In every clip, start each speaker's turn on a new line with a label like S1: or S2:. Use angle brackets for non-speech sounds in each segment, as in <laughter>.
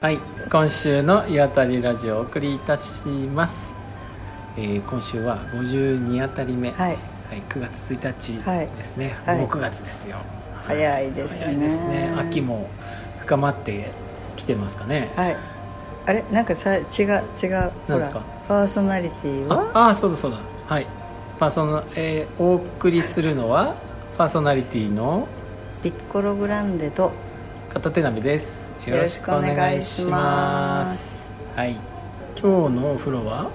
S1: はい今週の湯あたりラジオをお送りいたします、えー今週は52あたり目、はい
S2: はい、
S1: 9月
S2: はい
S1: 1日ですね、
S2: はい
S1: もう9月ですよ、はい
S2: 早いですね
S1: 早いですね秋も深まってきてますかね、
S2: はい。あれ、なんかさ、違う、違う、
S1: な
S2: ほ
S1: んです
S2: ら
S1: か、
S2: パーソナリティ
S1: あ
S2: は。
S1: あーそうだそうだはいパーソナ、えーお送りするのはパーソナリティの
S2: ピッコログランデと。
S1: 片手波ですよ
S2: よ
S1: ろ
S2: ろ
S1: し
S2: し
S1: く
S2: く
S1: お
S2: お
S1: 願
S2: 願
S1: い
S2: い
S1: し
S2: し
S1: ま
S2: ます
S1: はい今日のお風呂は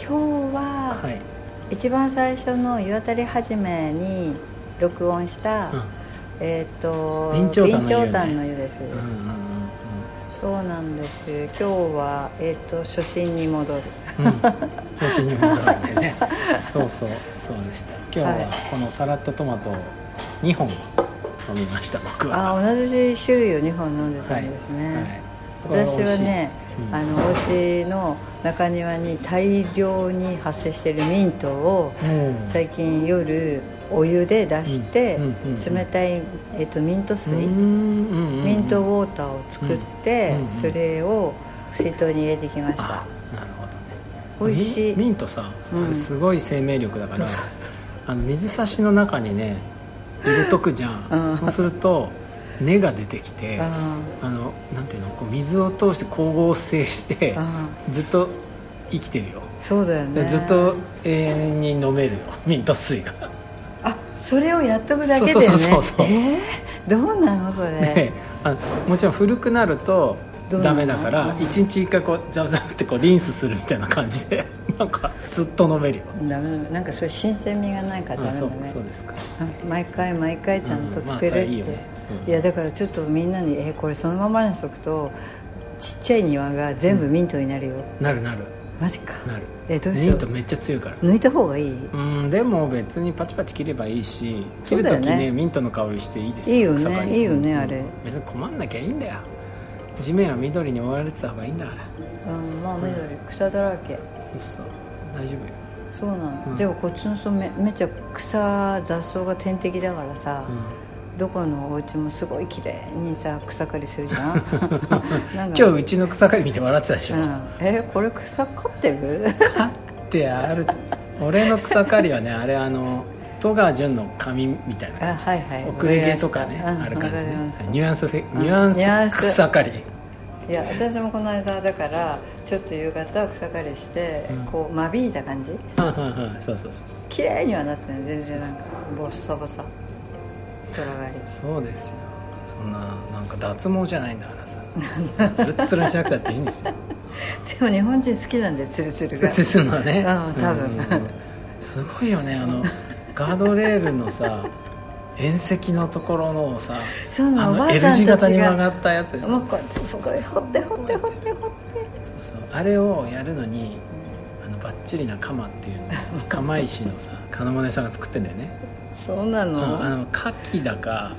S2: 今日
S1: は
S2: は、
S1: い、
S2: 一番最初の湯あたり始めに。録音した、えっ、と。
S1: 備長炭の湯ね
S2: 備炭の湯です、
S1: うん、うんうんうん
S2: そうなんです。今日は、えっ、と、初心に戻る。
S1: うんうん調子にもらって
S2: <laughs>
S1: ねそうそうそうでした今日
S2: はい
S1: はこのサラッとトマトを2本飲みました僕は
S2: あ、同じ種類を二本飲んでたんですね。
S1: はい
S2: 私はね、
S1: うん
S2: あのお家の中庭に大量に発生しているミントを
S1: これは美味しいうん
S2: 最近夜お湯で出して
S1: うんうんうんうん
S2: 冷たい、えっと、ミント水、
S1: うんうんうん
S2: ミントウォーターを作って、
S1: うんうんうん
S2: それを水筒に入れてきました
S1: あなるほどね
S2: 美味しい
S1: ミミントさ、
S2: うん
S1: あれすごい生命力だから
S2: そうそう
S1: あの水差しの中にね入れとくじゃん、
S2: うん
S1: そうすると根が出てきて、あ
S2: あ
S1: のなんていうのこう水を通して光合成して
S2: ーあ
S1: ずっと生きてるよ、
S2: ーそうだよ
S1: で
S2: ね
S1: ずっと永遠に飲めるよ <laughs> ミント水が、
S2: あそれをやっとくだけでね
S1: そうそうそうそう
S2: えー、どうなのそれ、
S1: であのもちろん古くなると
S2: どうな
S1: ダ
S2: の
S1: メだから
S2: うん
S1: 一日一回こうジャブジャブってこうリンスするみたいな感じで <laughs> なんかずっと飲めるよ
S2: ダメだなんかそういう新鮮味がないからダ
S1: あ
S2: メ
S1: そ
S2: だ
S1: う
S2: ね
S1: そうですか
S2: あ毎回毎回ちゃんと作るっ
S1: うんまあ
S2: て、
S1: それいいよねうん
S2: いやだからちょっとみんなに「えこれそのままにしとくとちっちゃい庭が全部ミントになるよ」
S1: なるなる
S2: マジか
S1: なる
S2: えどうし
S1: ミ
S2: よ
S1: ント
S2: う
S1: めっちゃ強いから
S2: 抜いた方がいい
S1: うんでも別にパチパチ切ればいいし切
S2: そ
S1: る
S2: うだよ
S1: 時
S2: ね
S1: ねミントの香りしていいです
S2: いいよね
S1: 草刈り
S2: いいよね
S1: うん
S2: あれ
S1: 別に困んなきゃいいんだよ地面は緑に覆われてた方がいいんだから
S2: うんまあ緑草だらけ
S1: そうそう大丈夫よ
S2: そうなの、
S1: うん
S2: でもこっちの人めめっちゃ草雑草が天敵だからさ、どこのお家もすごい綺麗にさ草刈りするじ
S1: <laughs>
S2: ゃんなんか
S1: 今日うちの草刈り見て笑ってたでし
S2: う
S1: ょ、
S2: ん、えこれ草刈ってる
S1: 買ってあると俺の草刈りはねあれあの戸川潤の髪みたいな感じです
S2: あはいはい
S1: 遅れ毛とかね
S2: わかりましたうん
S1: ある感じ
S2: わかりま
S1: ね
S2: した
S1: ニュアンスフェ
S2: うん
S1: ニュアン
S2: ニュアン
S1: ス
S2: ス
S1: 草刈り
S2: いや私もこの間だからちょっと夕方草刈りして、
S1: うん
S2: こう間引いた感じ
S1: はんはんはんそうそうそうそう
S2: 綺麗にはなってない全然なんかボッサボサ虎狩り
S1: そうですよそんななんか脱毛じゃないんだ
S2: <laughs>
S1: からさツルッツルにしなくたっていいんですよ
S2: でも日本人好きなんだよツルツル
S1: ツ
S2: が
S1: ルツルするのはね
S2: うん多分
S1: うんすごいよねあのガードレールのさ縁石のところのをさ
S2: そうな
S1: あ
S2: のおば
S1: の
S2: あち
S1: L
S2: ゃん
S1: 字
S2: た
S1: 型
S2: ち
S1: に曲が
S2: が
S1: ったやつです
S2: もうこうやってすごい掘って掘って掘って掘っ
S1: そうそうあれをやるのにあのバッチリな鎌って
S2: <laughs>
S1: いうのを釜石のさ金物屋さんが作ってんだよね、
S2: てそうな
S1: うん、あの
S2: の
S1: 牡蠣だか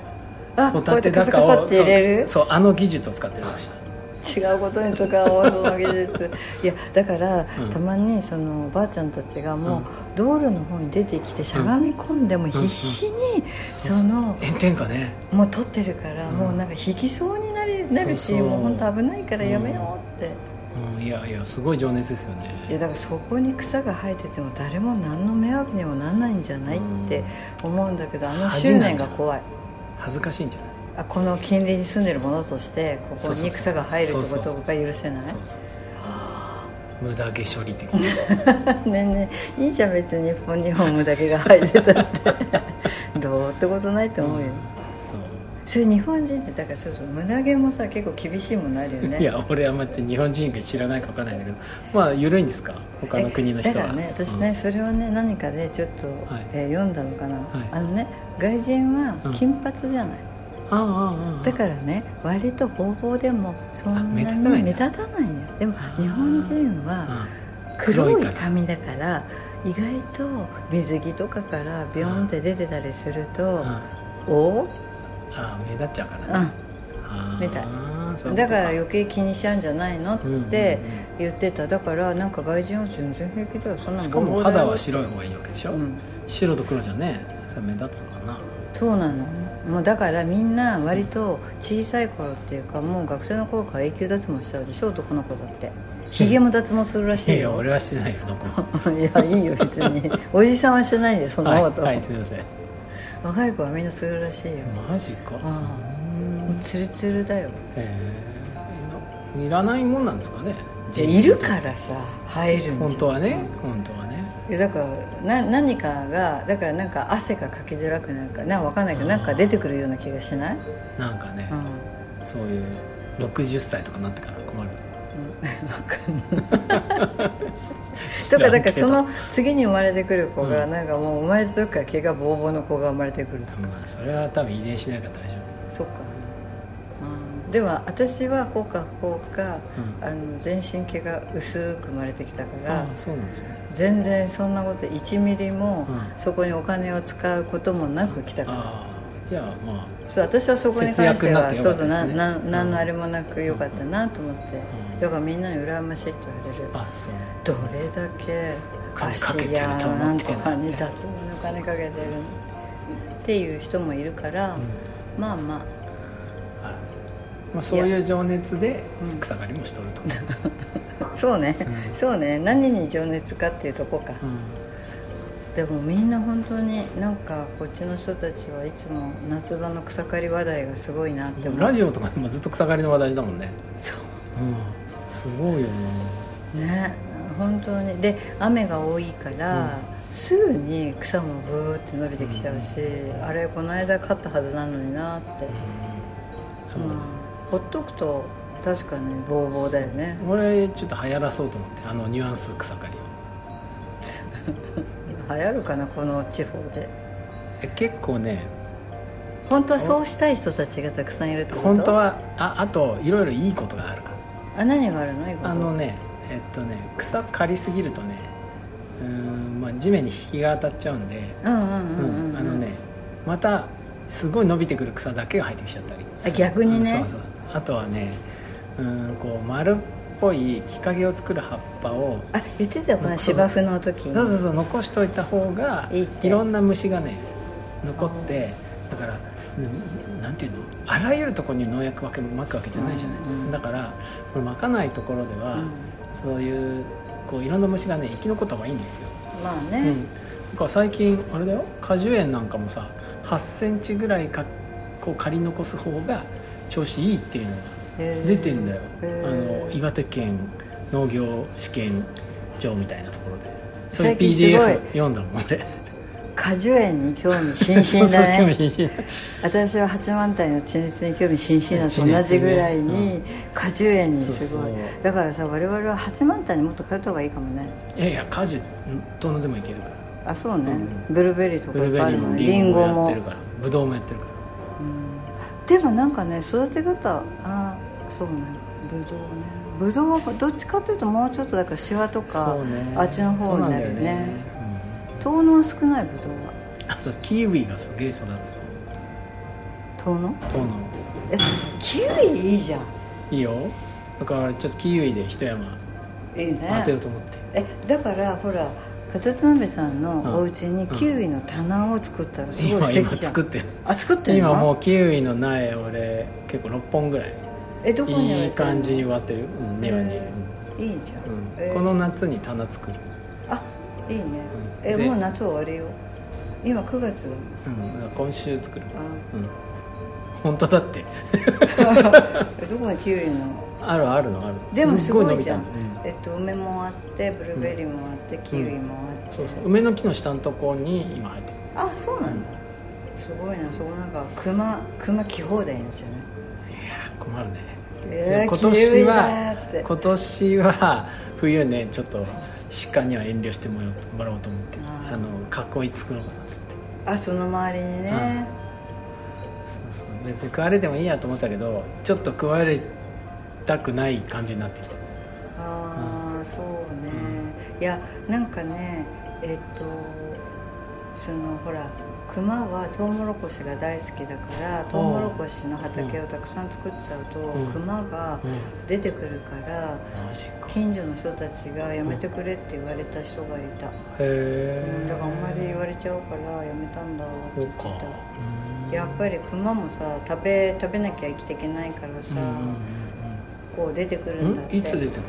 S2: あ
S1: ホ
S2: こ
S1: タ
S2: うやって
S1: テ
S2: カ
S1: だ
S2: サカ
S1: か
S2: サっ
S1: を
S2: て入れる
S1: そうそうあの技術を使ってるらしい
S2: 違うことに使おうその技
S1: <laughs>
S2: 術いやだから、
S1: うん
S2: たまにそのおばあちゃんたちがもう、
S1: うん
S2: 道路の方に出てきてしゃがみ込んでも必死に
S1: う
S2: その
S1: 炎天下ね
S2: もう撮ってるから、
S1: うん
S2: もうなんか引きそうになりなるし
S1: そうそう
S2: もう本当危ないからやめようって、
S1: うんいやいやすごい情熱ですよ
S2: いや
S1: ね
S2: だからそこに草が生えてても誰も何の迷惑にもならないんじゃないって思うんだけどあの執念が怖い
S1: 恥ずかしいんじゃない
S2: あこの近隣に住んでる者としてここに草が生えるってことが許せない <laughs>
S1: そうそうそう無駄毛処理的な
S2: ねえねえいいじゃん別に日本にホームだけが生えてたっ
S1: <laughs>
S2: てどうってことないと思うよ、
S1: そう
S2: それ日本人ってだからそうそう胸毛もさ結構厳しいもんなるよね
S1: いや俺はまって日本人が知らないかわかんないんだけどまあ緩いんですか他の国の人は
S2: えだからね私
S1: う
S2: ね、
S1: ん
S2: それはね何かでちょっと、
S1: はい
S2: えー読んだのかな、
S1: はい
S2: あのね外人
S1: う
S2: は
S1: ん
S2: 金髪じゃない、
S1: ああああああ
S2: だからね割と方法でもそ
S1: あ
S2: ん
S1: 目
S2: な
S1: 立たない
S2: に
S1: んだ
S2: 目立たないのよでも
S1: あー
S2: 日本人は黒い髪だから意外と水着とかからビヨンって出てたりする
S1: う
S2: と
S1: んうん
S2: お
S1: あ目立っちゃうからね、
S2: う
S1: あー
S2: みたい
S1: そうい
S2: ん、
S1: うこと
S2: だから余計気にしちゃうんじゃないのっ
S1: うんうんうん
S2: て言ってただからなんか外人は全然平気だよそんな
S1: し
S2: の
S1: かも肌は白い方がいいわけでしょ、
S2: うん
S1: 白と黒じゃねそれ目立つのかな
S2: そうなのもうだからみんな割と小さい頃っていうかもう学生の頃から永久脱毛しちゃうでしょ男の子だってひげも脱毛するら
S1: い
S2: し
S1: や
S2: い
S1: いや
S2: よ
S1: 俺はしてないよどこも
S2: <laughs> いやいいよ別におじさんはしてないでそん
S1: は、
S2: ないこと、
S1: はい、すみません
S2: 若い子はみんなするらしいよ
S1: マジか
S2: あ
S1: うん
S2: もうツルツルだよ
S1: えーいらないもんなんですかね
S2: いやいるからさ入るんじゃん
S1: 本当はね本当はね
S2: いやだからな何かがだからなんか汗がかきづらくなるかなんかわかんないけどなんか出てくるような気がしない、
S1: なんかね
S2: うん、 <laughs> うん
S1: そういう60歳とかになってから困る
S2: わかんない
S1: <laughs> 知
S2: と
S1: ら
S2: か
S1: ん
S2: だか
S1: け
S2: ら
S1: ど
S2: その次に生まれてくる子が
S1: うん
S2: なんかもう生まれた時から毛がボーボーの子が生まれてくると
S1: まあそれは多分遺伝しないから大丈
S2: そっか、うん、では私はこうかこうか
S1: 夫、うん、
S2: あの全身毛が薄く生まれてきたから、
S1: ああそうなんですね
S2: 全然そんなこと1ミリも
S1: うん
S2: そこにお金を使うこともなく来たから、
S1: ああじゃあまあ、
S2: そう私はそこに関して
S1: 節約に
S2: は
S1: なってよ
S2: そ
S1: か
S2: う
S1: った
S2: そ
S1: です
S2: う
S1: ね
S2: なな
S1: うん
S2: 何のあれもなくよかったなと思って、
S1: うん
S2: だからみんなに羨ましいって言われる、
S1: あそう
S2: どれだけ
S1: 金かけ
S2: 足
S1: てる
S2: や
S1: と
S2: な
S1: 思
S2: ん
S1: って
S2: と
S1: んだ
S2: かに脱毛にお金かけてるっていう人もいるから、
S1: うん
S2: まあまあ
S1: はいまあ、そういう情熱で
S2: うん
S1: 草刈りもしとると、
S2: <laughs>
S1: うん
S2: そうね、
S1: うん
S2: そうね何に情熱かっていうとこか、
S1: そう
S2: でもみんな本当になんかこっちの人たちはいつも夏場の草刈り話題がすごいなって
S1: で
S2: 思
S1: も
S2: う
S1: ラジオとかでもずっと草刈りの話題だもんね、
S2: そ
S1: うん、すごいよね
S2: うね本当にで雨が多いから、すぐに草もブーって伸びてきちゃうし、あれこの間買ったはずなのになって、
S1: うんそうう、
S2: んほっとくと確かにボーボーだよね
S1: 俺ちょっと流行らそうと思ってあのニュアンス草刈りを
S2: 流行るかなこの地方で
S1: え結構ね
S2: 本当はそうしたい人たちがたくさんいるってこと
S1: 本当はああといろいろいいことがあるから
S2: あ何があるの今
S1: あのねえっとね草刈りすぎるとねうーん、まあ、地面に日が当たっちゃうんで、
S2: うんう
S1: う
S2: んうんうん、うん
S1: ん、あのねまたすごい伸びてくる草だけが生えてきちゃったりする
S2: 逆にね
S1: うんそうそうそうあとはねうーんこう丸っぽい日陰を作る葉っぱを
S2: あ言ってたよこの芝生の時に
S1: そうそうそう残しといた方が
S2: いいって
S1: いろんな虫がね残ってだからうんなんていうのあらゆるところに農薬わけまくわけじゃないじゃない、
S2: うんうん
S1: だからそのまかないところでは、
S2: うん
S1: そういうこういろんな虫がね生き残った方がいいんですよ、
S2: まあ
S1: う
S2: ね、
S1: ん、だから最近あれだよ果樹園なんかもさ8センチぐらいかこう刈り残す方が調子いいっていうのが
S2: へー
S1: 出てんだよ、
S2: へ
S1: あの
S2: ー
S1: 岩手県農業試験場みたいなところでそれ
S2: 最近すごい
S1: PDF 読んだもん俺
S2: 果樹園に興味津
S1: <laughs>
S2: 々だ
S1: そうそう興味
S2: ね
S1: 津々
S2: 私は八幡平の地熱に興味津々だと同じぐらいに果樹園にすごい
S1: そうそう
S2: だからさ我々は八幡平にもっと通った方がいいかもね
S1: いやいや果樹どのでもいけるから
S2: あそうね、
S1: うん
S2: ブルーベリーとか
S1: ブ
S2: い
S1: ル
S2: っ
S1: ー
S2: ぱ
S1: ベ
S2: いあ
S1: リー
S2: るも
S1: も
S2: んね
S1: リ
S2: リン
S1: ンゴ
S2: ゴ
S1: もやっ
S2: も
S1: てるからブドウもやってるから
S2: でもなんかね育て方あそうねブドウねブドウはどっちかというともうちょっとだからシワとか、
S1: そうね
S2: あっちの方になるよ
S1: そう
S2: ね
S1: んだよ
S2: 糖能少ないブドウは
S1: うんあとキウイがすげえ育つよ
S2: 糖能
S1: 糖の
S2: えキウイいいじゃん
S1: いいよだから俺ちょっとキウイで一山
S2: いい
S1: 当てよう
S2: ね
S1: と思って、
S2: えだからほら片田鍋さんのお家に
S1: うん
S2: キウイの棚を作ったらすごい
S1: 今
S2: 素
S1: 今
S2: 敵じゃん
S1: 作ってる
S2: あ作ってるの
S1: 今もうキウイの苗俺結構6本ぐらい
S2: えどこに置
S1: いい
S2: てんの
S1: 感じに植わってる、うん、庭に、
S2: へいいじゃん、
S1: うんうん
S2: えー
S1: この夏に棚作る、
S2: あいいね
S1: うん
S2: え
S1: で
S2: もう夏終わりよ今9月だもん
S1: うん、今週作る、 <laughs>
S2: あ
S1: うん、本当だって <laughs>
S2: えどこにキウイの
S1: あるあるのある
S2: でもすごいじゃん
S1: すっ伸びたのうん
S2: えっと梅もあってブルーベリーもあって、キウイもあって、
S1: そうそう梅の木の下のところに今入ってる
S2: あそうなんだ、すごいなそこなんか熊熊来放題になっちゃうね
S1: いやー困るね
S2: えー、
S1: 今
S2: キウイ
S1: 年
S2: だーっ
S1: は
S2: て
S1: 今年は冬ねちょっと鹿には遠慮してもらおうと思って
S2: あー
S1: あの囲い作ろうかなと思って
S2: あその周りにね、
S1: そうそう別に食われてもいいやと思ったけどちょっと食われたくない感じになってきた
S2: ああそうね、いやなんかねえっとそのほら熊はトウモロコシが大好きだからトウモロコシの畑をたくさん作っちゃうと、
S1: うん
S2: 熊が出てくるから
S1: マジかへ
S2: 近所の人たちが「やめてくれ」って言われた人がいた、
S1: え
S2: だからあんまり言われちゃうからやめたんだって
S1: そ
S2: 言
S1: う
S2: って
S1: か
S2: た
S1: うん
S2: やっぱり熊もさ食べ食べなきゃ生きていけないからさ、
S1: うんうん
S2: こう出てくる
S1: うんん
S2: だっ
S1: ん
S2: て
S1: いつ出てくる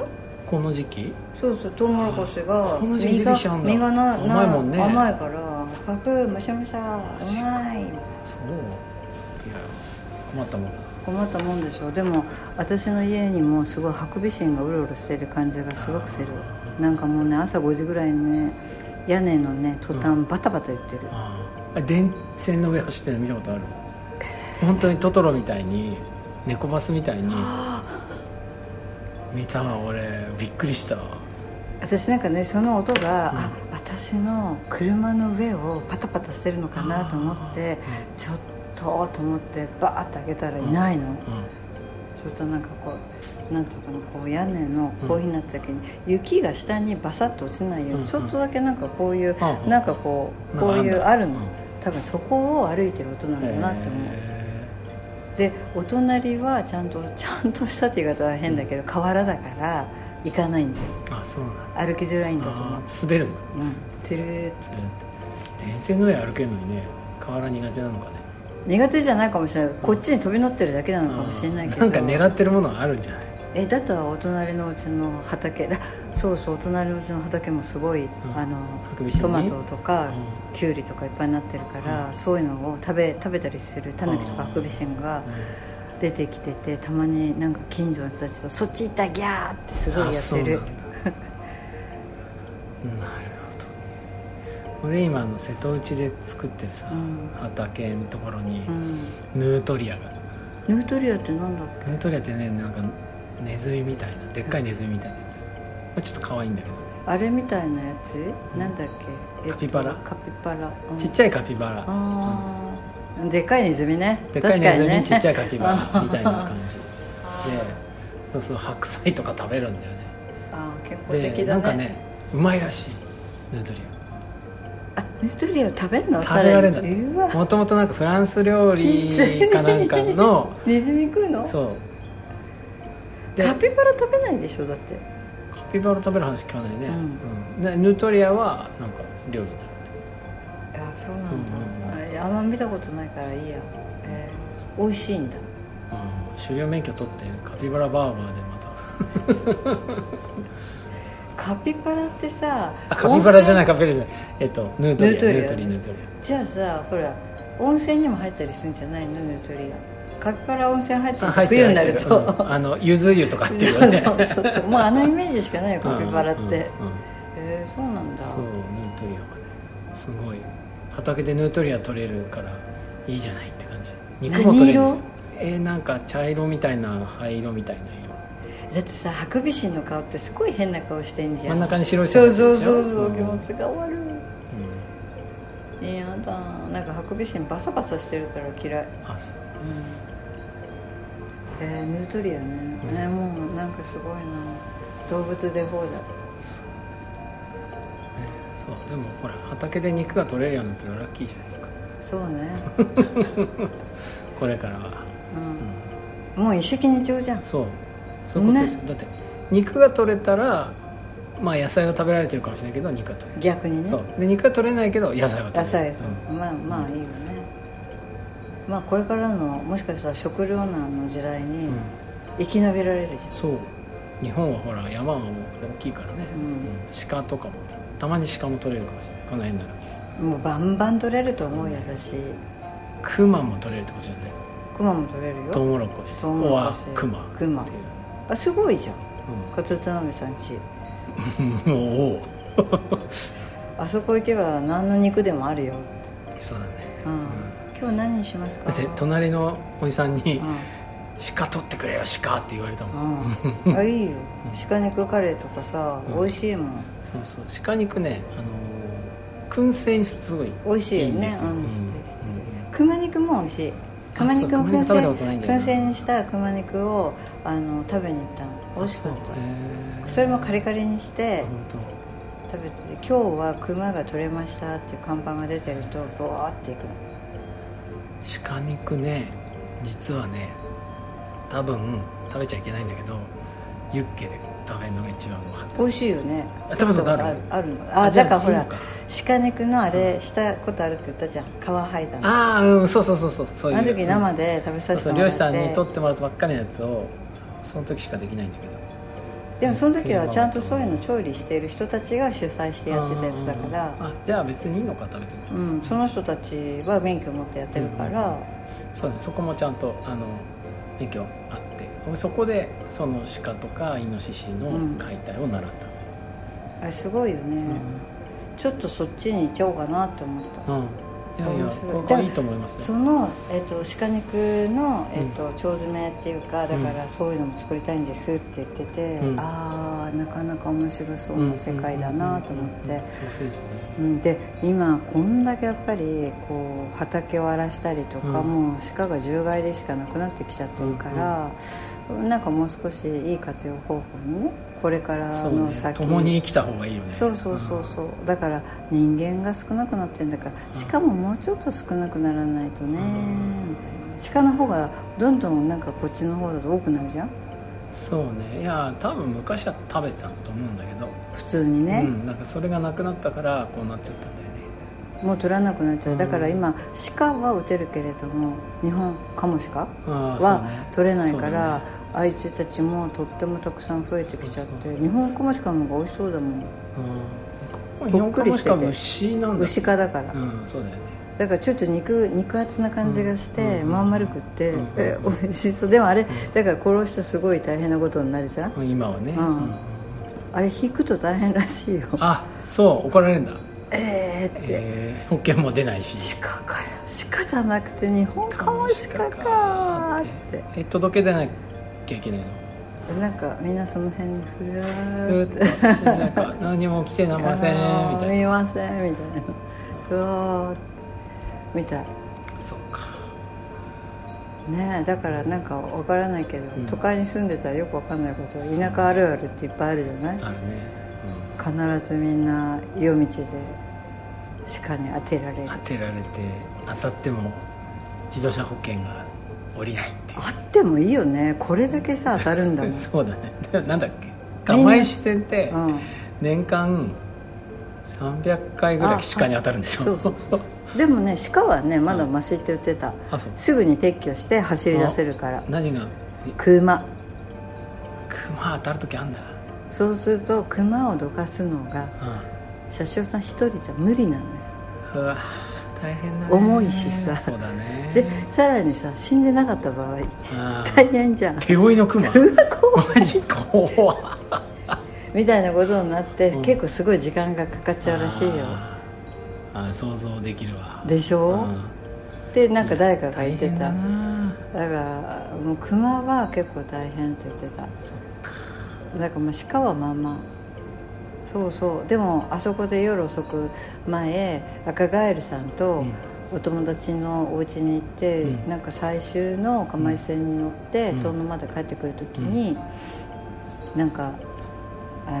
S1: のこの時期
S2: そうそうトウモロコシが
S1: あこの時期出てきちゃうんだ
S2: 実がなな
S1: 甘いもんね
S2: 甘いからパクむしゃむしゃうまい
S1: そういや困ったもんだ
S2: 困ったもんでしょでも私の家にもすごいハクビシンがうろうろしてる感じがすごくするなんかもうね朝5時ぐらいにね屋根のねトタンバタバタ言ってる、
S1: ああ電線の上走ってるの見たことある
S2: <laughs>
S1: 本当にトトロみたいに猫バスみたいに見たわ俺びっくりした
S2: 私なんかねその音が、
S1: うん
S2: あ私の車の上をパタパタしてるのかなと思ってちょっとと思ってバーッて開けたらいないの、
S1: う
S2: そうするとなんかこうなんていうのかなこう屋根のこういうふうになった時に、雪が下にバサッと落ちないよ
S1: う
S2: う
S1: ん
S2: にちょっとだけなんかこういう、
S1: うん
S2: なんかこうこういう
S1: なんかあ
S2: あ
S1: る
S2: る
S1: んだ
S2: の、
S1: うん
S2: 多分そこを歩いてる音なん
S1: ん
S2: だなって思う、
S1: へ
S2: でお隣はちゃんと <laughs> ちゃんとしたって言い方は変だけど河原だから行かないんだよ
S1: えあそうなんだ
S2: 歩きづらいんだと思
S1: あ
S2: う
S1: ー滑るの
S2: うんつるーっと
S1: つるって電線の上歩けるのにね河原苦手なのかね
S2: 苦手じゃないかもしれないこっちに飛び乗ってるだけなのかもしれないけど、
S1: うんなんか狙ってるものはあるんじゃない
S2: えだとはお隣のうちの畑だそうそうお隣のうちの畑もすごい、
S1: ん
S2: あの
S1: ハクビシンね
S2: トマトと
S1: う
S2: か、
S1: ん
S2: きゅうりとかいっぱいになってるから、そういうのを食べ食べたりするタヌキとか
S1: うん
S2: ハクビシンが出てきててたまになんか近所の人たちと「そっち行ったギャー!」ってすごいや
S1: あ
S2: っ
S1: そう
S2: て
S1: なんだ
S2: <laughs> る
S1: なるほどね俺今あの瀬戸内で作ってるさ、
S2: うん
S1: 畑のところに
S2: うん
S1: ヌートリアが、
S2: ヌートリアってなんだっ
S1: ヌートリアってねなんかネズミみたいなでっかいネズミみたいなやつ、まあ、ちょっと可愛いんだけどね
S2: けあれみたいなやつ、なんだっけ、えっと
S1: カピバラ
S2: カピバラ、うん
S1: ちっちゃいカピバラ、
S2: あーでかいネズミね
S1: でっかいネズミ、
S2: 確かにね
S1: ちっちゃいカピ
S2: <laughs>
S1: バラみたいな感じでそうそう白菜とか食べるんだよね
S2: あー健康
S1: で
S2: 的
S1: な
S2: だ
S1: んか
S2: ね
S1: ねうまいらしいヌートリ
S2: あヌートリア食べんの
S1: 食べられない
S2: さにう
S1: ア
S2: わ
S1: もともとなんかフランス料理かなんかの
S2: ネズミ食うの
S1: そうで
S2: カピバラ食べないでしょだって
S1: カピバラ食べる話聞かないね、
S2: うん
S1: うんでヌートリアはなんか料理になる
S2: あそう
S1: う
S2: な
S1: ん
S2: ん
S1: うん
S2: だ、ああんま見たことないからいいや、えー美味しいんだ
S1: うん狩猟免許取ってカピバラバーバーでまた
S2: カピバラってさ
S1: あカピバラじゃないいカピバラじゃないえっとヌートリア
S2: ヌートリア
S1: ヌートリアヌートリ
S2: じゃあさほら温泉にも入ったりするんじゃないのヌートリアカピバラ温泉入って
S1: アあ
S2: ると
S1: 入って
S2: 冬にな
S1: 入
S2: る
S1: って
S2: と、
S1: うんあのゆず湯とか入ってるよね
S2: そうそうそうそうもうあのイメージしかないよカピバラって、
S1: うんうんうん
S2: へえそうなんだ
S1: そうヌートリアはねすごい畑でヌートリア取れるからいいじゃないって感じ肉も取れるんですよ
S2: 何色
S1: えーなんか茶色みたいな灰色みたいな色
S2: だってさハクビシンの顔ってすごい変な顔してんじゃ
S1: 真
S2: ん
S1: ん中に白い
S2: そ
S1: 線
S2: う
S1: が入
S2: そう
S1: ってる
S2: そ
S1: で
S2: う
S1: しょ
S2: そう気持
S1: ん
S2: ちが悪
S1: うん
S2: いやだなんかハクビシンバサバサしてるから嫌い、
S1: あそう
S2: えー、ヌートリアね、
S1: うん
S2: えーもうなんかすごいな動物で放
S1: ねそうでもほら畑で肉が取れるようになったらラッキーじゃないですか
S2: 題そ
S1: <laughs>
S2: うね、
S1: これからは、
S2: うんもう一石二鳥じゃん
S1: そうそういうことです、だって肉が取れたらまあ野菜は食べられてるかもしれないけど肉が取れる、
S2: 逆にね
S1: そうで肉が取れないけど野菜は取れる
S2: 野菜
S1: うん
S2: まあまあいいよねまあこれからのもしかしたら食糧難の時代に
S1: うん
S2: 生き延びられるじゃん、
S1: そう日本はほら山はもう大きいからね、
S2: うん
S1: うん鹿とかもたまに鹿も取れるかもしれないこの辺なら
S2: もうバンバン取れると思うよ私
S1: クマも取れるってことじゃない
S2: クマも取れる
S1: トウ
S2: よ
S1: モロコシ
S2: トウモロコシ
S1: オアクマ
S2: クマ
S1: っていう
S2: あすごいじゃん勝田鍋さんち
S1: うん、もうおう
S2: あそこ行けば何の肉でもあるよ、
S1: そうだね
S2: うん今日何にしますか
S1: だって隣のおじさんに
S2: うん
S1: 「鹿取ってくれよ鹿」って言われたもん、
S2: うん、あいいよ鹿肉カレーとかさ、
S1: うん
S2: 美味しいもん
S1: そうそう鹿肉ね、あのー燻製にするとすごい
S2: 美味しいよ
S1: いいんで
S2: ね
S1: すよ、
S2: うん
S1: うん
S2: 熊肉も美味しい熊肉も
S1: あ
S2: 燻
S1: そう熊肉食べた
S2: 製
S1: ことないんだよな
S2: 燻製にした熊肉をあの食べに行ったの美味しかった
S1: そう
S2: それもカリカリにして
S1: 本当
S2: 食べてて「今日は熊が取れました」っていう看板が出てるとボワーっていくの
S1: 鹿肉ね実はね多分食べちゃいけないんだけどユッケで食べるのが一番うまかっ
S2: 美味しいよね
S1: あ食べたことある
S2: あるあるのあ
S1: じゃ
S2: だ
S1: あ
S2: からほ
S1: い
S2: ら
S1: いのか
S2: 鹿肉のあれしたことあるって言ったじゃん皮剥いだ
S1: た
S2: のあ
S1: ああうんそうそうそうそうそういう
S2: の時生で食べ
S1: そ
S2: さ
S1: う
S2: せ
S1: そ
S2: て
S1: う
S2: もら
S1: 漁
S2: っ
S1: 師さんに
S2: て
S1: 取ってもらったばっかりのやつをそその時しかできないんだけど
S2: でもその時はちゃんとそういうの調理している人たちが主催してやってたやつだから
S1: あじゃあ別にいいのか食べても
S2: うん、その人たちは免許持ってやってるから、
S1: そうだねそこもちゃんとあの免許あってそこでその鹿とかイノシシの解体を習った、
S2: あれすごいよね、ちょっとそっちに行っちゃおうかなって思った、
S1: うんいやいや
S2: 面白い
S1: これはいいと思います
S2: そ
S1: よ
S2: の、えっと鹿肉の、えっと腸詰めっていうかだからそういうのも作りたいんですって言ってて、
S1: うん
S2: ああなかなか面白そうな世界だなと思って、
S1: そうですね
S2: うん、で今こんだけやっぱりこう畑を荒らしたりとか、
S1: うん
S2: もう鹿が獣害でしかなくなってきちゃってるから、なんかもう少しいい活用方法にねこれから
S1: そう
S2: の
S1: ね
S2: 先
S1: 共に生きた方がいいよね
S2: そうそうそうそうだから人間が少なくなってるんだから鹿ももうちょっと少なくならないとねみたいな鹿の方がどんどんなんかこっちの方だと多くなるじゃん
S1: そうねいや多分昔は食べてたと思うんだけど、
S2: 普通に
S1: う
S2: ね、
S1: ん、なんかそれがなくなったからこうなっちゃったんだよね
S2: もう取らなくなっちゃ
S1: う
S2: うんだから今鹿は撃てるけれども日本カモシカ
S1: ああそう
S2: は
S1: ね
S2: 取れないか
S1: そうだ
S2: ら、
S1: ね
S2: あいつたちもとってもたくさん増えてきちゃって
S1: そうそう
S2: 日本カモシカの方が美味しそうだもん
S1: うん、日
S2: ぽっ
S1: 本
S2: く
S1: カ
S2: り
S1: モ
S2: し
S1: して
S2: て
S1: か牛なんだ
S2: 牛科だから、
S1: うんそうだよね
S2: だからちょっと肉肉厚な感じがして、
S1: うん
S2: まん丸くって、
S1: うん
S2: え美味しそうでもあれだから殺したらすごい大変なことになるじゃん
S1: うん今はね、
S2: うんあれ引くと大変らしいよ
S1: あそう怒られるんだ、
S2: えーって、
S1: えー、保険も出ないし
S2: 鹿かよ鹿じゃなくて日本カモシカかーって
S1: え届け出なきゃいけないの
S2: なんかみんなその辺にふわ
S1: ふー
S2: ーっ
S1: ってとなんか何も来てなませんみたいな
S2: なませんみたいなふわーってみたい
S1: そうか
S2: ねえだからなんかわからないけど、
S1: うん
S2: 都会に住んでたらよくわかんないこと田舎あるあるっていっぱいあるじゃない
S1: あるね、
S2: 必ずみんな夜道で鹿に当てられ
S1: う
S2: る
S1: ん、当てられて当たっても自動車保険が下りないっていう
S2: あってもいいよねこれだけさ当たるんだも
S1: <laughs>
S2: ん、
S1: そうだねなんだっけ釜石線って
S2: うん、
S1: 年間300回ぐらい鹿に当たるんでしょ
S2: そうそうそうそうでもね鹿はねまだマシって言ってた
S1: <laughs> あそう
S2: すぐに撤去して走り出せるから
S1: 何が
S2: 熊
S1: 熊当たる時あんだ、
S2: そうすると熊をどかすのが
S1: う
S2: 車掌さん一人じゃ無理なのよ
S1: ん、うわ大変だね
S2: 重いしさ
S1: そうだね
S2: でさらにさ死んでなかった場合
S1: あー
S2: 大変じゃん <laughs>
S1: 手負いの熊
S2: うわ怖い
S1: マジ怖っ
S2: みたいなことになって、
S1: うん
S2: 結構すごい時間がかかっちゃうらしいよ
S1: あーあー想像できるわ
S2: でしょ、でなんか誰かが言って
S1: 大変
S2: た
S1: だな
S2: だからもう熊は結構大変って言ってた
S1: そっか
S2: だからまあ鹿はまあまあそうそうでもあそこで夜遅く前赤ガエルさんと
S1: うん
S2: お友達のお家に行って、
S1: うん
S2: なんか最終の釜石線に乗って
S1: うん
S2: 遠野まで帰ってくる時に、なんかあの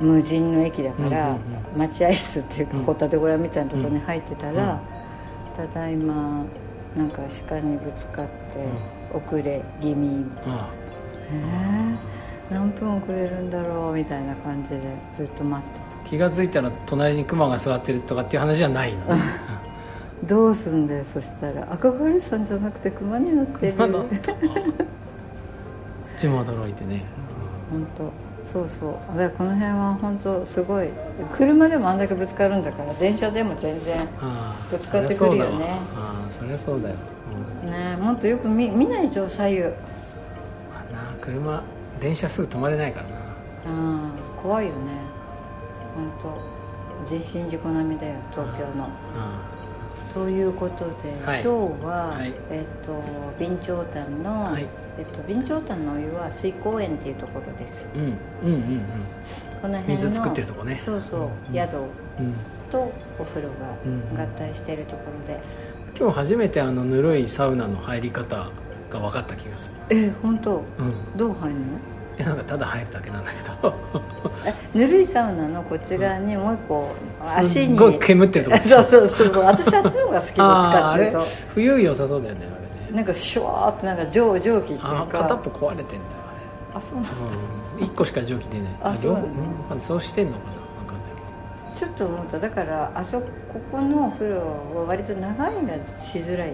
S2: 無人の駅だから、
S1: うんうん
S2: 待合室っていうか
S1: うん
S2: ホタテ小屋みたいなところに入ってたら
S1: うん
S2: 「ただいまなんか鹿にぶつかって遅れ気味」みたいな。
S1: あ
S2: えー何分遅れるんだろうみたいな感じでずっと待って
S1: ー気が付いたら隣に熊が座ってるとかっていう話じゃない
S2: <laughs>
S1: のね
S2: たどうすんだよそしたら赤ガエルさんじゃなくて熊になってる
S1: 熊
S2: <laughs>
S1: だっ
S2: 本
S1: たこっちも驚いてね
S2: 当そうそうだからこの辺は本当すごい車でもあんだけぶつかるんだから電車でも全然
S1: あー
S2: ぶつかってくるよ
S1: そりゃ
S2: ね
S1: そうだわあーそりゃそうだよ、うん
S2: ねもっとよく見見ないじゃん左右
S1: まあな車電車すぐ止まれないからな
S2: うん怖いよね本当人身事故並みだよ東京の
S1: う
S2: ということで、
S1: はい
S2: 今日は、
S1: はい
S2: えっと備長炭の、
S1: はい
S2: えっと備長炭のお湯は水公園っていうところです。
S1: ん、うんうんうん
S2: この辺の
S1: 水作ってるとこね
S2: そうそう、
S1: うん
S2: 宿
S1: うんうん
S2: とお風呂
S1: うん
S2: が合体してるところで、
S1: 今日初めてあのぬるいサウナの入り方が分かった気がする
S2: え本当
S1: うん
S2: どう入るの？
S1: いやなんかただ生えるだけなんだけ
S2: <laughs>
S1: ど
S2: えぬるいサウナのこっち側にもう一個
S1: す
S2: 足
S1: っ
S2: に
S1: ごい煙ってるとこ
S2: <laughs> そうそうそうそう私あっちの方が好きどっちか
S1: あー
S2: っ
S1: あ
S2: てい
S1: れ
S2: うと
S1: 冬良さそうだよねあれね
S2: なんかシュワーってなんか蒸蒸気っていう
S1: あ
S2: か
S1: ー片っぽ壊れてんだよあれ
S2: あそうなの
S1: うん1個しか蒸気出ない
S2: あそうなんだ
S1: んわかんないそうしてんのかなわかんないけど
S2: ちょっと思っただからあそこここのお風呂は割と長いのがしづらい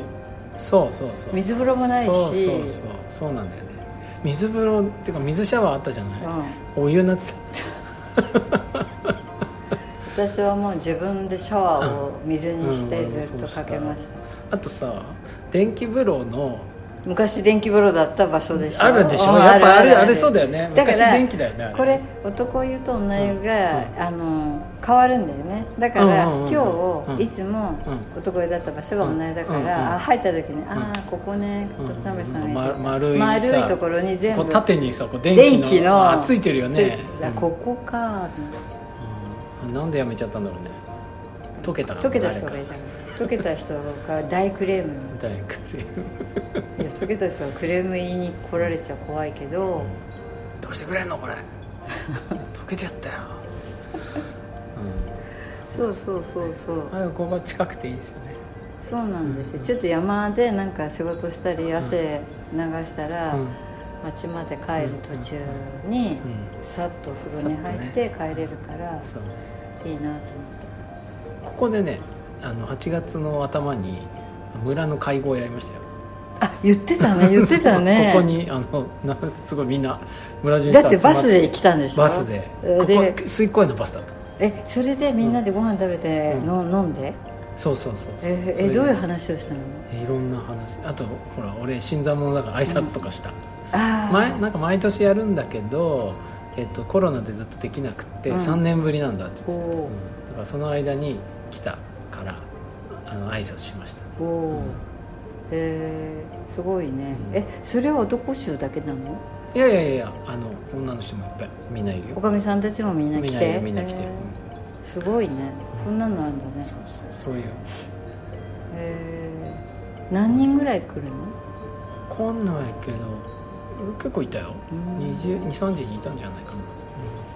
S1: そうそうそう
S2: 水風呂もないし
S1: そうそうそうそうなんだよね水風呂っていうか水シャワーあったじゃない、
S2: うん、
S1: お湯になってた
S2: 私はもう自分でシャワーを水にし
S1: うん
S2: て
S1: うん
S2: ずっとかけました、
S1: あとさ電気風呂の
S2: 昔電気風呂だった場所でしょ
S1: あるでしょ
S2: うん
S1: やっぱあれあれそうだよね
S2: だか
S1: 昔
S2: ら
S1: 電気だよねあれ
S2: これ男湯と女湯が、あの変わるんだよねだか
S1: う
S2: ら、
S1: んうんうんうん
S2: 今日いつも男湯だった場所が女湯だから、
S1: うんうんうん
S2: あ入った時に、ああここね
S1: うん
S2: 田辺さんが言ってた
S1: ま丸いさ
S2: 丸いところに全
S1: こ
S2: 部
S1: う縦にさこう電気の
S2: 電気の
S1: あついてるよ
S2: つい
S1: ね
S2: てたここか
S1: うんなんでやめちゃったんだろうね溶けたから
S2: 溶けた人が
S1: 誰か
S2: いたの溶けた人が大クレーム
S1: 大学で
S2: いや溶けた人はクレーム言いに来られちゃ怖いけど、
S1: どうしてくれんのこ
S2: <laughs>
S1: れ溶けちゃったよ、
S2: そうそうそうそう
S1: うん、あここ近くていいですよね
S2: そうなんですよちょっと山でなんか仕事したり汗流したら、
S1: うん
S2: 町まで帰る途中に、
S1: う
S2: さっとお風呂に入って帰れるから、
S1: んそう
S2: いいなと
S1: ここでねあの8月の頭に村の会合をやりましたよ
S2: 思ってあ言ってたね言ってた <laughs> ね
S1: ここにあのなすごいみんな村中にさ
S2: だってバスで来たんでしょ
S1: バスで
S2: え
S1: こ
S2: で
S1: こ水公園のバスだった
S2: えそれでみんなでご飯食べて、
S1: うん
S2: の飲んで
S1: そうそうそうそう
S2: え
S1: そ
S2: え
S1: れで
S2: どういう話をしたの
S1: いろんな話あとほら俺新参者だから挨拶とかした、
S2: ああ
S1: 前なんか毎年やるんだけど、えっと、コロナでずっとできなくて
S2: うん
S1: 3年ぶりなんだって言ってた、
S2: お
S1: うん
S2: ー
S1: だからその間に来たからあの挨拶しました
S2: おおえー、すごいね、
S1: うん
S2: えそれは男衆だけなの
S1: いやいやいやいやあの女の人もいっぱいみんないる
S2: お
S1: よ
S2: かみさんたちもみんな
S1: み
S2: 来
S1: んない
S2: て
S1: るみんな来てる、
S2: えーすごいねそんなのあんだ
S1: うん
S2: ね
S1: そうそうそういう
S2: えー、何人ぐらい来るの
S1: 来んないけど結構いたよ
S2: うん
S1: 2 3時にいたんじゃないかな、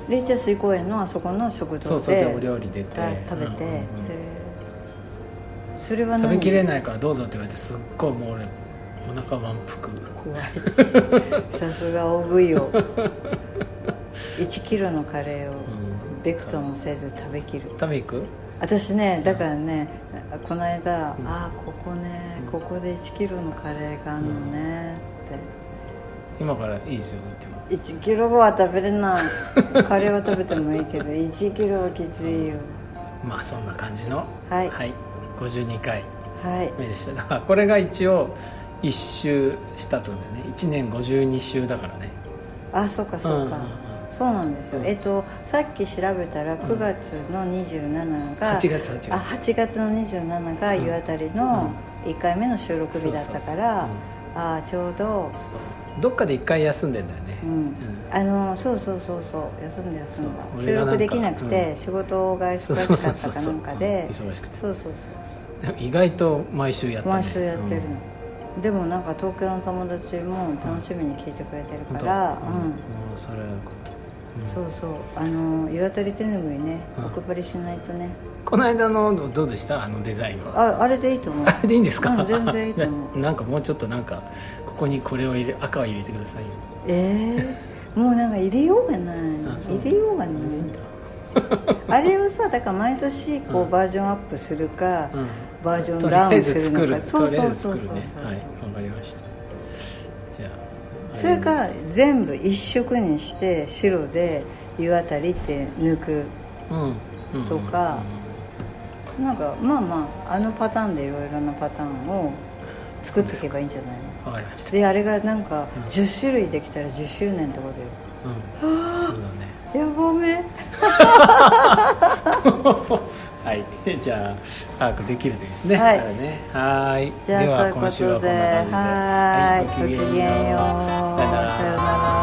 S2: レイチャー水公園のあそこの食
S1: そ
S2: 堂
S1: うそうでお
S2: で
S1: 料理出て
S2: た食べ
S1: う
S2: て、
S1: んうんうん
S2: えーそれは
S1: 食
S2: 何
S1: べきれないからどうぞって言われてすっごいもう俺お腹満腹
S2: 怖いさすが大食いを1キロのカレーを
S1: うん
S2: ベクトンもせず食べきる
S1: 食べ行く
S2: 私ねだからねこの間、
S1: うん
S2: ああここねここで1キロのカレーがあるのねっ
S1: 今からいいですよって言って
S2: て1キロ後は食べれないカレーは食べてもいいけど1キロはきついよ
S1: まあそんな感じの
S2: はい
S1: はい、52回
S2: はい
S1: 目でしただ
S2: <laughs>
S1: からこれが一応1周したってことだよね1年52周だからね
S2: あそうかそうか、そうなんですよ、えっとさっき調べたら9月の27
S1: 8
S2: が、
S1: 月8月
S2: あ8月の27が湯あたりの1回目の収録日だったから、
S1: そうそう
S2: ああちょうど、
S1: どっかで1回休んでんだよね、
S2: うんあのそうそうそうそう休んで休んだ
S1: そう
S2: 収
S1: 俺がなん
S2: 録
S1: か
S2: できなくて、
S1: うん
S2: 仕事が忙しかったかなんかで
S1: 忙しくて
S2: そうそう
S1: 意外と毎週やっ
S2: そう
S1: た、ね、
S2: 毎週やってる
S1: うん
S2: の、でもなんか東京の友達も楽しみに聞いてくれてる
S1: 本
S2: か
S1: 当
S2: ら
S1: うん
S2: うん
S1: もうそれはよかったうん
S2: そうそうあの湯あたり手ぬぐいね
S1: うん
S2: お配りしないとね
S1: この間のどうでしたあのデザインは
S2: ああれでいいと思う
S1: あれでいいんですか、
S2: うん全然いいと思
S1: <laughs> なんかもうちょっとなんかここにこれを入れ赤を入れてくださいよ
S2: えー、もうなんか入れようがない
S1: あそう
S2: 入れようがない
S1: いいんだ
S2: あれをさだから毎年こうバージョンアップするか、
S1: うん
S2: バージョ
S1: とり
S2: ンダ
S1: あ
S2: ウ
S1: え
S2: ンす
S1: ず
S2: る
S1: 作
S2: の
S1: る
S2: かそう
S1: とりあ
S2: そ
S1: え
S2: う
S1: ず
S2: そ
S1: 作
S2: う
S1: る
S2: そう
S1: ね
S2: そう
S1: はいわかりましたじゃあ
S2: それ
S1: あ
S2: か全部一色にして白で湯あたりって抜く
S1: うんうん
S2: とかなんかまあまああのパターンでいろいろなパターンを作っていけばいいんじゃないの
S1: わかりました
S2: であれがなんか10種類できたら10周年ってことよ <laughs>
S1: うんそうだね
S2: やばめ
S1: はい、 <laughs> じゃあ把握できるといいですね。
S2: はい
S1: だからねはい
S2: じゃあ
S1: では
S2: そういうことで
S1: 今週はこんな感じで。
S2: はーい
S1: はごきげんよう。
S2: ごきげんようさよなら